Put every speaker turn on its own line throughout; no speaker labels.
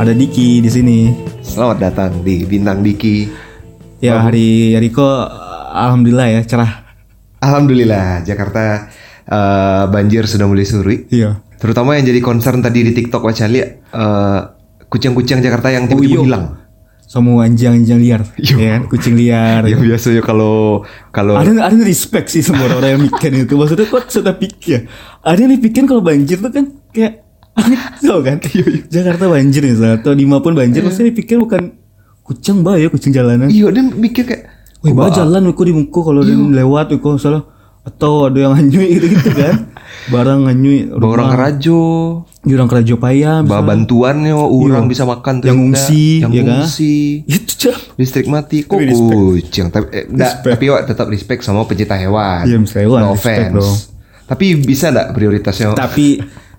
ada Diki di sini.
Selamat datang di Bintang Diki.
Ya hari Riko alhamdulillah ya cerah.
Alhamdulillah Jakarta eh, banjir sudah mulai surut.
Iya.
Terutama yang jadi concern tadi di TikTok Wacali eh, kucing-kucing Jakarta yang
Oh,
tiba-tiba
iya.
hilang.
Semua anjing-anjing liar, ya kan? kucing liar.
Yang Ya, biasanya kalau kalau
Ada nggak- ada nggak respect sih semua orang yang mikirin itu. Maksudnya kok sudah pikir. Ada yang dipikirin kalau banjir tuh kan kayak tau kan? Jakarta banjir nih, atau dimanapun banjir, maksudnya dipikir bukan kucing bah ya kucing jalanan.
iya dia mikir kayak
Wih, bah jalan aku di muka kalau dia lewat aku salah atau ada yang hanyut gitu gitu kan. Barang hanyut
"Bah, orang rajo,
jurang kerajo payah
bah bantuannya orang
Iya.
bisa makan
Yang
ternyata.
ngungsi,
yang
ya kan?
ngungsi.
itu cah.
Listrik mati kok
Tapi respect.
kucing tapi eh, nggak,
Respect.
tapi wak, tetap respect sama pecinta hewan.
Iya, pecinta hewan,
No
respect
offense.
dong.
Tapi bisa nggak prioritasnya
Tapi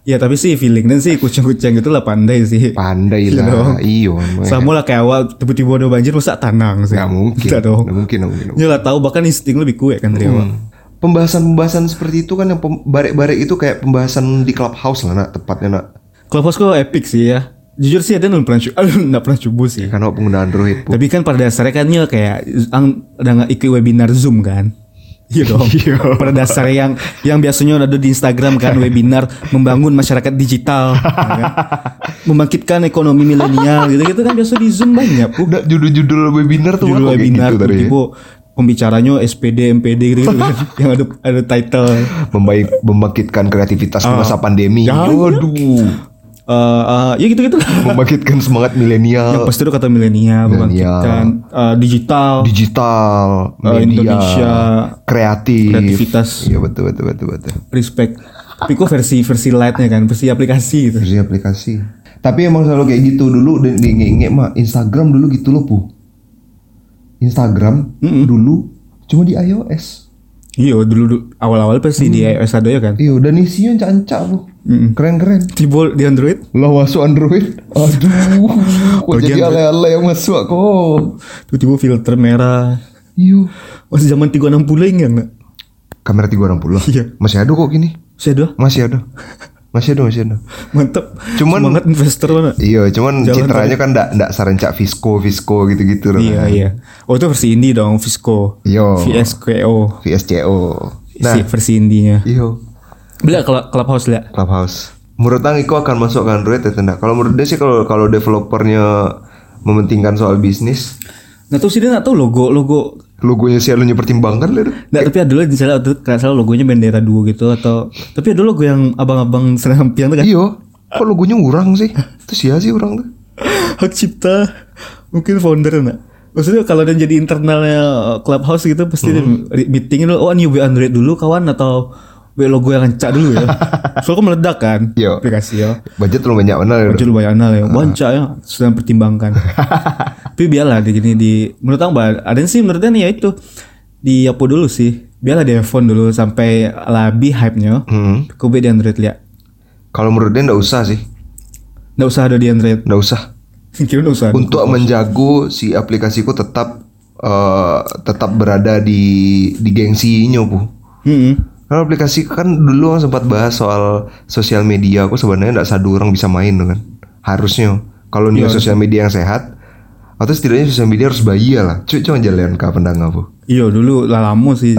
ya tapi sih feelingnya sih kucing-kucing itu lah pandai sih.
pandai
Iya
lah.
dong.
Iya. emang.
Sama lah kayak awal tiba-tiba ada banjir masa tenang sih.
Nggak mungkin.
Tidak dong.
Nggak mungkin, Hmm. nggak mungkin.
Dia lah tahu bahkan insting lebih kuat kan dari awal.
Pembahasan-pembahasan seperti itu kan yang pem- barek-barek itu kayak pembahasan di clubhouse lah nak tepatnya nak.
Clubhouse kok epic sih ya. Jujur sih ada belum pernah cu- aduh, nggak pernah cubu sih.
Karena penggunaan Android pun.
Tapi kan pada dasarnya kan ya kayak ang, ada nggak ikut webinar Zoom kan? Iya dong. Pada dasarnya yang yang biasanya ada di Instagram kan webinar membangun masyarakat digital, ya kan? membangkitkan ekonomi milenial gitu-gitu kan biasa di Zoom banyak. Bu.
Udah judul-judul webinar tuh
Judul
aku kayak
webinar
gitu tadi.
tiba pembicaranya SPD, MPD gitu, kan yang ada ada title Eh,
Membaik membangkitkan kreativitas di masa pandemi.
Ya,
Waduh.
eh eh, ya gitu-gitu lah.
membangkitkan semangat
Yang
Eh. milenial
pasti itu kata milenial, membangkitkan eh, digital,
digital media
Eh, Indonesia.
kreatif
Kreativitas.
iya betul betul betul betul
respect. Tapi kok versi versi lightnya kan, versi aplikasi gitu.
Terus aplikasi tapi emang selalu kayak gitu dulu dan diinget-inget mah Instagram dulu gitu loh pu Instagram dulu cuma di iOS
Iya dulu, dulu awal-awal pasti di
Hmm.
iOS ada ya kan.
iyo dan isinya cancak pu keren keren
Tiba di Android
lah masuk Android aduh kok jadi
Bagian-
ale-ale yang masuk kok
tiba-tiba filter merah.
iyo
Masih zaman 360 enggak enggak?
kamera 360
Iya.
masih ada kok gini
Saya doa.
masih ada masih ada masih ada
Mantap.
Cuman-
semangat investor mana?
Iya, cuman
Jalan
citranya kan ndak ndak serencak Visco Visco gitu-gitu loh. Iya,
Iya iya. Oh itu versi indie dong, Visco.
Yo.
VSKO.
VSCO. Oh. Nah,
si versi indinya.
iyo
Bila kalau Clubhouse lah.
Clubhouse. Menurut Ang Iko akan masuk ke Android atau enggak? Kalau menurut dia sih kalau kalau developernya mementingkan soal bisnis,
Nah tuh sih dia nggak tahu logo logo.
logonya selalu dipertimbangkan lah. tuh.
Nggak, tapi ada loh misalnya waktu itu nggak salah logonya bendera duo gitu atau tapi ada logo yang abang-abang senam pian tuh kan.
Iyo, Iya. kok logonya urang sih? Itu sia sih urang tuh.
hak cipta mungkin founder nak maksudnya kalau dia jadi internalnya clubhouse gitu pasti dia re- meeting dulu oh ini we Android dulu kawan atau we logo yang ngecak dulu ya soalnya kan meledak kan
Yo.
aplikasi ya
Budget lu banyak mana ya?
Jul Bayana ya, wancak ya, sedang pertimbangkan. Tapi biarlah di gini di menurut Ang Bar, ada sih menurutnya nih ya itu di apa dulu sih? Biarlah di iPhone dulu sampai labi hype-nya.
Hmm.
Kobe di Android lihat.
Kalau menurut dia enggak usah sih.
Nggak usah ada di Android.
Enggak usah.
Kira nggak usah.
untuk menjago si aplikasiku tetap eh, tetap berada di di gengsinya bu.
Mm-mm.
Karena aplikasi kan dulu orang sempat bahas soal sosial media. Aku sebenarnya nggak sadu orang bisa main kan. Harusnya kalau dia
Iya,
sosial media yang sehat atau setidaknya sosial media harus bayi lah. Cuy, cuma jalan ke pendanga bu.
Iya dulu lah lama sih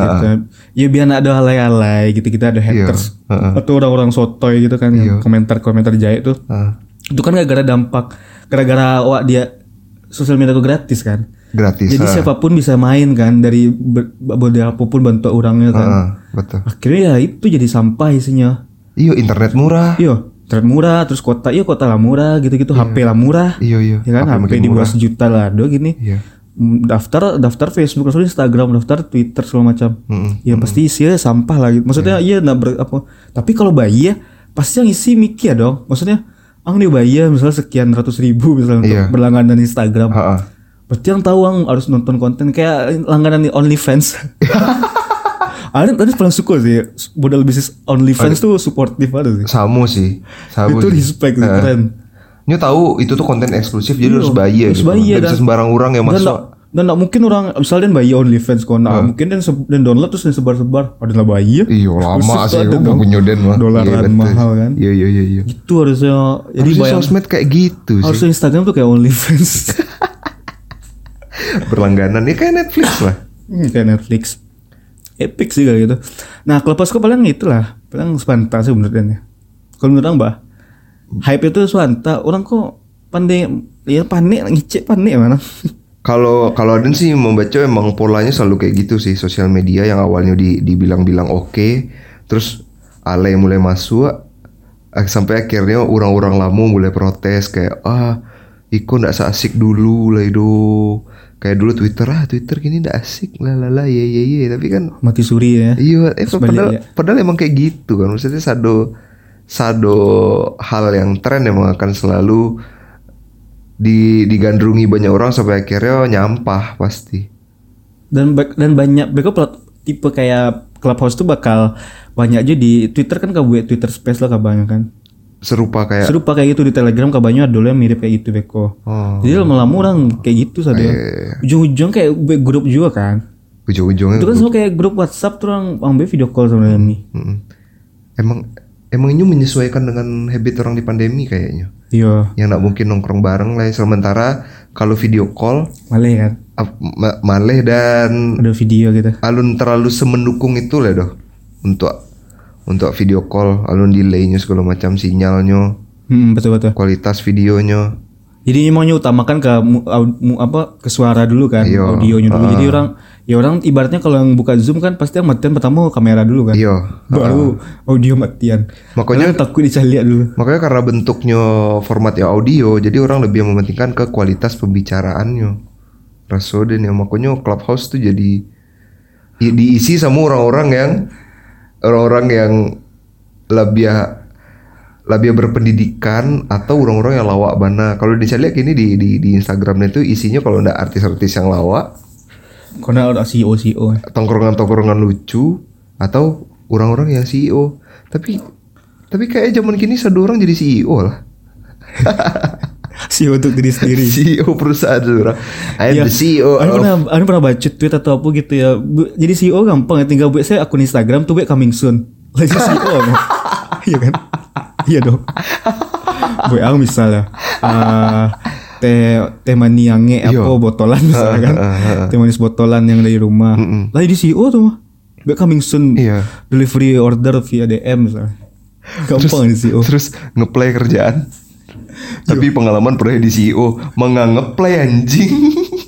Ya biar nggak ada alay-alay gitu Kita ada haters Atau orang-orang sotoy gitu kan yang Komentar-komentar jahit tuh
Ah,
Itu kan gara-gara dampak Gara-gara wah dia Sosial media tuh gratis kan
gratis. ah.
Jadi siapapun bisa main kan Dari ber- model apapun bentuk orangnya kan
Ah, betul.
Akhirnya ya itu jadi sampah isinya
Iyo internet murah.
Iya Internet murah Terus kota Iya kota lah murah gitu-gitu HP lah murah
Iyo iyo.
Ya kan HP, di bawah sejuta lah Aduh gini
Iya.
Mm, daftar daftar Facebook langsung Instagram daftar Twitter segala macam ya pasti isinya sampah lah gitu. maksudnya iya nah ber- apa tapi kalau bayi ya pasti yang isi mikir dong maksudnya ang nih bayi ya misalnya sekian ratus ribu misalnya untuk
Iya.
berlangganan Instagram
Ah, ah.
berarti yang tahu ang harus nonton konten kayak langganan di OnlyFans ada tadi paling suka sih modal bisnis OnlyFans tuh supportive ada sih
Samu sih. Samu sih.
itu
Eh.
respect sih, keren
Nyo tahu itu tuh konten eksklusif jadi harus bayar
Iya. harus
gitu.
bayar
Nggak bisa
dan-
sembarang orang yang
Dan
masuk.
nggak- dan nggak mungkin orang misalnya bayi OnlyFans kok nggak mungkin dan, se- dan download terus dan sebar-sebar adalah bayi
Eh. Iya lama
Khusus
sih
ada
aku
dong.
punya den mah.
Dolaran
Iya, betul.
mahal kan.
Iya iya iya iya.
itu harusnya jadi
Harusnya
bayang
sosmed kayak gitu sih.
harusnya Instagram tuh kayak OnlyFans
Berlangganan ya kayak Netflix lah.
Hmm, kayak Netflix epic sih kayak gitu nah kelepas kok paling itulah paling swanta sih menurut Dan ya kalau menurut Abang hype itu swanta orang kok pandai ya panik ngicip panik ya, mana
Kalau kalau Aden sih membaca emang polanya selalu kayak gitu sih sosial media yang awalnya di, dibilang-bilang oke, terus alay mulai masuk eh, sampai akhirnya orang-orang lama mulai protes kayak ah Iko ndak asik dulu lah itu kayak dulu Twitter ah Twitter gini ndak asik lah lah lah ye ye ye tapi kan
mati suri ya
Iya, eh, padahal,
Sebaliknya.
padahal emang kayak gitu kan. Maksudnya sado sado hal yang tren emang akan selalu di digandrungi banyak orang sampai akhirnya nyampah pasti.
dan ba- dan banyak mereka plat- tipe kayak clubhouse tuh bakal banyak aja di Twitter kan kabuat Twitter Space lah kabarnya kan
Serupa kayak
serupa kayak gitu di Telegram kabarnya ada yang mirip kayak gitu beko
oh,
jadi lama-lama orang kayak gitu sadar ujung-ujung kayak be- grup juga kan
ujung-ujungnya
itu kan semua kayak grup WhatsApp tuh orang ambil video call sebenarnya nih
Mm-mm. emang emang ini menyesuaikan dengan habit orang di pandemi kayaknya.
iya
Yang nggak mungkin nongkrong bareng lah. ya. Sementara kalau video call
malah kan
ap- ma- maleh dan
ada video gitu
alun terlalu semendukung itu lah doh untuk untuk video call alun delaynya segala macam sinyalnya
hmm, betul betul
kualitas videonya
jadi emang utamakan ke mu- au- mu- apa ke suara dulu kan
Iya.
audionya dulu jadi orang ya orang ibaratnya kalau yang buka zoom kan pasti yang matian pertama kamera dulu kan
iya
baru audio matian
Makanya-
Orang takut dicari lihat dulu
makanya karena bentuknya formatnya audio jadi orang lebih mementingkan ke kualitas pembicaraannya rasoden ya makanya clubhouse tuh jadi i- diisi sama orang-orang yang orang-orang yang labia labia berpendidikan atau orang-orang yang lawak bana kalau dicari lihat ini di di, di Instagramnya itu isinya kalau ndak artis-artis yang lawak
karena ada CEO CEO
tongkrongan-tongkrongan lucu atau orang-orang yang CEO tapi tapi kayak zaman kini satu orang jadi CEO lah
CEO untuk diri sendiri
CEO E perusahaan seorang. I am
Iya.
the CEO
Aku
of
pernah, aku pernah baca tweet atau apa gitu ya. Bu- Jadi CEO gampang ya tinggal buat saya akun Instagram tuh buat coming soon. Lagi CEO kan? Iya kan? Iya dong. Buat aku misalnya eh, teh teh manis yang nge-
Iya.
apa botolan misalnya
Ah,
kan. Teh manis botolan yang dari rumah. Lah jadi CEO tuh mah. Buat coming soon.
Iya.
Delivery order via DM misalnya. Gampang E di CEO.
terus ngeplay kerjaan.
Iya.
Tapi pengalaman pernah di E CEO menganggap play anjing.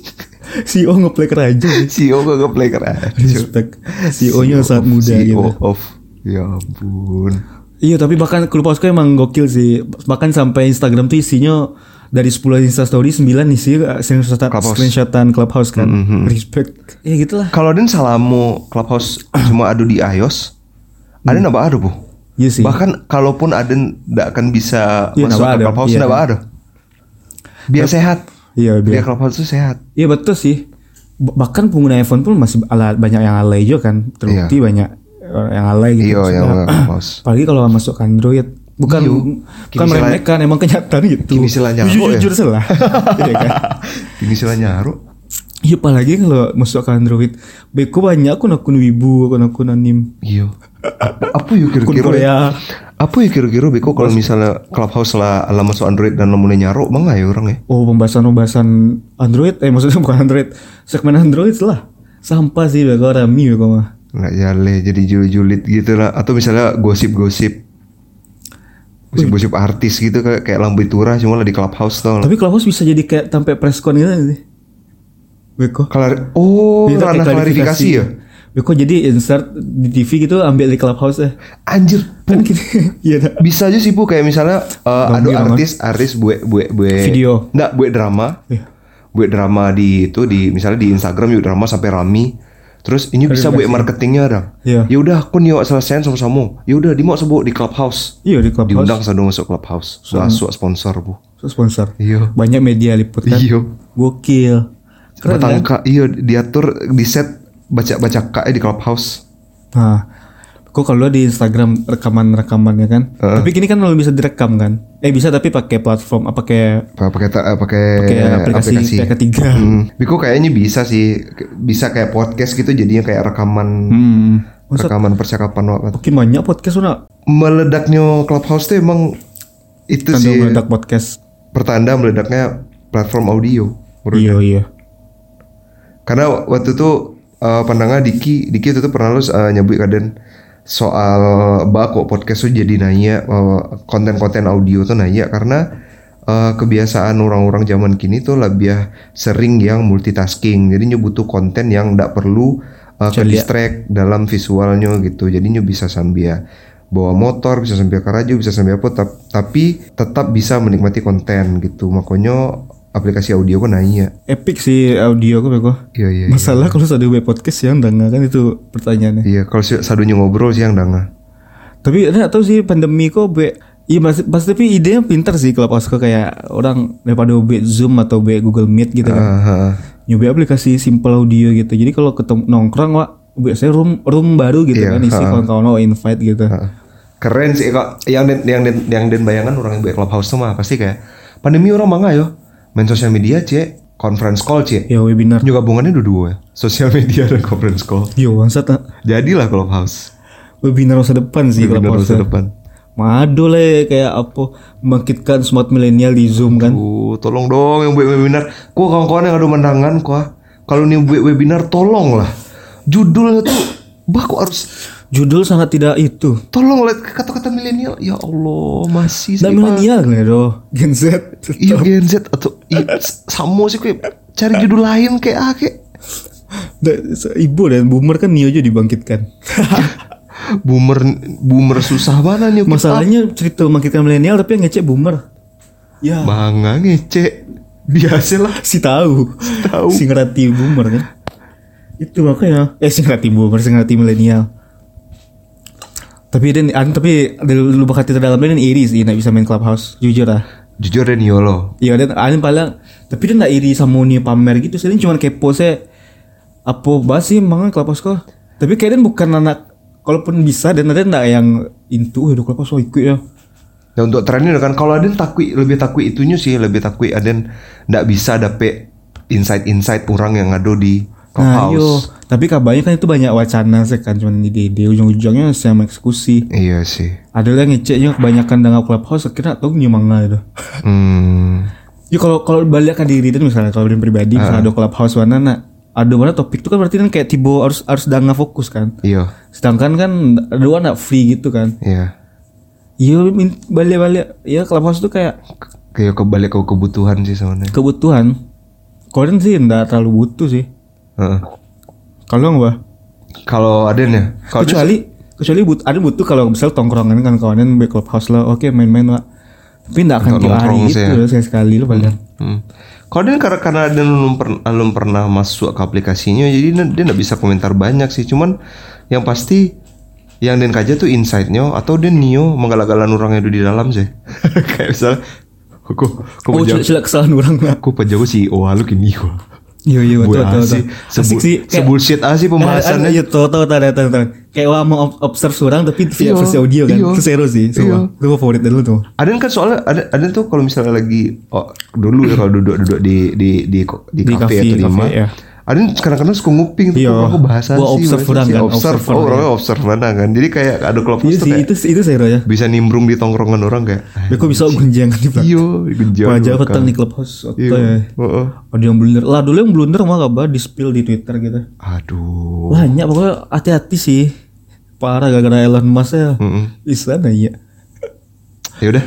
CEO ngeplay kerajaan.
CEO gak ngeplay kerjaan.
Respect.
E
CEO-nya E sangat muda
CEO
gitu.
of ya ampun.
Iya tapi bahkan Clubhouse kok emang gokil sih Bahkan sampai Instagram tuh isinya Dari 10 instastory 9 isinya eh, screenshotan,
Clubhouse.
screenshotan Clubhouse kan
Mm-hmm.
Respect Ya gitu lah
Kalau Den salamu Clubhouse cuma adu di iOS,
Hmm.
Aden apa adu bu?
Iya sih
Bahkan kalaupun Aden tidak akan bisa
Iya,
masuk
nggak
ke
ada.
Clubhouse,
Iya,
tidak
kan.
ada. Biar sehat.
Iya
Biar
biar-
Clubhouse itu sehat.
Iya betul sih Ba- Bahkan pengguna iPhone pun masih ala, banyak yang alay juga kan Terbukti banyak orang yang alay gitu
Iya, yang
maksudnya.
Clubhouse.
Apalagi kalau masuk ke Android Bukan
Iya.
Bukan
Kini salah-
meremehkan Emang kenyataan gitu
Kini salah nyamuk, ya.
Jujur-jujur salah Iya kan
Ini istilahnya haru.
Iya apalagi kalau masuk ke Android Beko banyak akun-akun wibu Akun-akun anim
Iya. Apa, apa yuk
Akun
kira-kira? ya?
Korea
Apa yuk kira-kira Beko kalau misalnya Clubhouse lah lah masuk Android dan lah mulai nyaro, mah nggak ya orang ya?
Oh pembahasan-pembahasan Android Eh maksudnya bukan Android Segmen Android lah Sampah sih Beko Rami Beko mah
Nggak jale jadi julid-julid gitu lah. Atau misalnya gosip-gosip. Gosip-gosip artis gitu kayak, kayak Lambe Turah cuma lah di Clubhouse tau lah.
Tapi Clubhouse bisa jadi kayak Sampai presscon gitu sih Beko
Kelar oh,
Itu kayak
ranah klarifikasi ya?
Beko jadi insert di TV gitu Ambil dari Clubhouse ya
Anjir,
Kan gitu Iya tak?
bisa aja sih Bu kayak misalnya uh,
Bang
ada
Bira,
artis artis bue bue bue
Video.
Nggak, bue drama.
Iya.
buat drama di itu di misalnya di Instagram yuk drama sampai rami terus ini bisa buat marketingnya ada
Iya.
ya udah aku nih selesaiin sama-sama ya udah di mau sebut di clubhouse
Iya di Clubhouse Hmm.
diundang sadu masuk clubhouse masuk sponsor bu
Sponsor
Iya.
Banyak media liput kan
Iya.
Gokil Keren kan?
E Batangka, iya diatur di set baca baca kak di clubhouse
Nah, Kok kalau di Instagram rekaman-rekamannya kan. Tapi gini kan belum bisa direkam kan. Eh bisa tapi pakai platform apa kayak
pakai ta- eh, pakai
kayak aplikasi,
aplikasi.
kayak ketiga.
Hmm. Biko kayaknya bisa sih, K- bisa kayak podcast gitu jadinya kayak rekaman
Hmm.
rekaman percakapan waktu.
Makin banyak podcast udah
Meledaknya Clubhouse tuh emang itu
tanda
sih
meledak podcast.
pertanda meledaknya platform audio. menurut-
Iya iya.
Karena waktu itu eh, pandangan Diki, Diki itu tuh pernah lu eh, nyebut kaden soal bako podcast tuh jadi nanya eh, konten-konten audio tuh nanya karena eh, kebiasaan orang-orang zaman kini tuh lebih sering yang multitasking. Jadi nyu butuh konten yang ndak perlu eh, ke distract dalam visualnya gitu. Jadi nyu bisa sambil bawa motor, bisa sambil karajo, bisa sambil apa tap- tapi tetap bisa menikmati konten gitu. Makanya aplikasi audio kan nanya.
Epic sih audio aku beko.
Iya iya.
Masalah kalau ada web podcast yang dengar kan itu pertanyaannya.
Iya, kalau si- sadunya ngobrol siang danga.
Tapi ada nggak tahu sih pandemi kok be Iya mas, mas tapi idenya pinter sih Clubhouse kok kayak orang daripada be Zoom atau be Google Meet
Eh,
gitu kan.
Aha.
Nyoba aplikasi simple audio gitu. Jadi kalau ketemu nongkrong wak biasanya room room baru gitu kan isi kawan-kawan oh, invite gitu.
eh. Keren sih kok. Yang den, yang den, yang den bayangan orang yang banyak clubhouse tuh mah pasti kayak pandemi orang mangga yo. Main sosial media cek, conference call cek.
Ya webinar.
Juga gabungannya dua-dua ya. Sosial media dan conference call.
Yo bangsat ah.
Jadilah clubhouse.
webinar masa depan sih
Bener
Clubhouse.
masa depan.
Madu lah kayak apa membangkitkan smart milenial di Zoom kan.
Uh, tolong dong yang buat webinar. Ku kawan-kawan yang ada mendangan ku. ah. Kalau nih buat webinar tolong lah. Judulnya tuh bah kok harus
Judul sangat tidak itu.
tolong lihat kata-kata milenial. Ya Allah, masih
Tidak
sih, Pak.
milenial kan ya doh. Gen Z.
Iya Gen Z atau i- sama sih kayak cari judul lain kayak ah kayak
Da- Ibu dan boomer kan Neo juga dibangkitkan.
boomer boomer susah mana nih
Masalahnya cerita membangkitkan milenial tapi yang ngecek boomer. Ya.
Ah, manga ngece biasalah
Si tahu. Si
tahu.
Si ngerti boomer kan. Itu makanya. Eh si ngerti boomer, si ngerti milenial. Tapi dan an- tapi dari lubuk hati terdalam dan iri sih nggak bisa main clubhouse jujur ah.
jujur ya dan yolo
Iya dan Anin paling tapi dia nggak iri sama Nia pamer gitu sih cuma kepo saya apa bahas sih emang kelapos kok tapi kayaknya bukan anak kalaupun bisa dan ada nggak yang intu udah kelapos kok ikut ya
nah untuk trennya kan kalau Aden takui lebih takui itunya sih lebih takui Aden ndak bisa dapet insight-insight orang yang ngado di
nah yo
clubhouse
tapi kabarnya kan itu banyak wacana sih kan cuma di di ujung-ujungnya sama eksekusi
iya sih
ada yang ngeceknya kebanyakan dengan clubhouse kira tau nyemanga itu
hmm
Ya kalau kalau balik ke diri dan misalnya kalau dari pribadi
Ah.
misalnya ada clubhouse mana nah, ada mana topik itu kan berarti kan kayak tibo harus harus danga fokus kan
iya
sedangkan kan ada anak free gitu kan
iya
Iya min- balik-balik ya clubhouse tuh kayak
kayak kebalik ke kebutuhan sih sebenarnya
kebutuhan kalian sih nggak terlalu butuh sih
Heeh.
kalau nggak
kalau Aden ya kalau Aden-
kecuali kecuali but ada butuh kalau misal tongkrongan kan kawanan di clubhouse lah oke main-main lah tapi nggak akan tiap hari
nongkrong sih ya.
itu sekali sekali lo paling
Hmm. Kalau dia karena karena dia belum pernah belum pernah masuk ke aplikasinya, jadi dia- dia nggak bisa komentar banyak sih. Cuman yang pasti yang Den kaja tuh insightnya atau Den Nio menggalak-galan orang itu di dalam sih. Kayak misalnya, aku aku
oh
pejago,
cilak cilak kesalahan orang lah
aku pejago si oh lu kini gua.
iya iya
Gue
betul betul
asih,
betul. asik sih kayak-
sebullshit asih pembahasannya.
Iya, tau tau tau tau tau. tau. Kayak wah mau ob- observe orang tapi
Iya,
via versi audio kan.
iya.
Itu seru sih. Sumpah. Itu favorit dulu tuh.
Aden kan soalnya Aden, Aden tuh kalau misalnya lagi oh, dulu ya kalau duduk-duduk di di di di,
Di
kafe
kafe,
atau di
kafe,
rumah.
ya.
Aden kadang-kadang suka nguping tuh
Iya.
aku bahasa
Gua observe orang kan,
observe,
observer
oh,
ya.
orangnya observe mana kan. Jadi kayak ada klub tuh
Iya sih,
kayak
itu itu seru ya.
bisa nimbrung di tongkrongan orang kayak. "Ah,
Ya,
Iya.
kok bisa gunjang di belakang.
Iyo, genjot.
Wajah petang di clubhouse. Oke.
Iya. Heeh.
Ada yang blunder. Lah dulu yang blunder mah kabar di spill di Twitter gitu.
Aduh.
Banyak pokoknya hati-hati sih. Parah gara-gara Elon Musk ya.
Mm-mm.
Di sana ya.
Ya udah.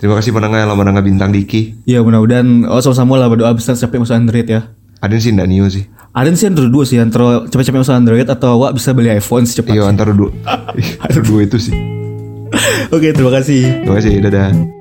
Terima kasih pendengar yang lama pendengar bintang Diki.
Ya mudah-mudahan oh sama-sama lah berdoa besar capek masuk Android ya.
Aden sih ndak Nio sih.
Ada sih antara dua sih antara cepet-cepet masuk Android atau wak bisa beli iPhone secepat.
Iya antara dua. antara dua itu sih.
Oke terima kasih.
Terima kasih, dadah.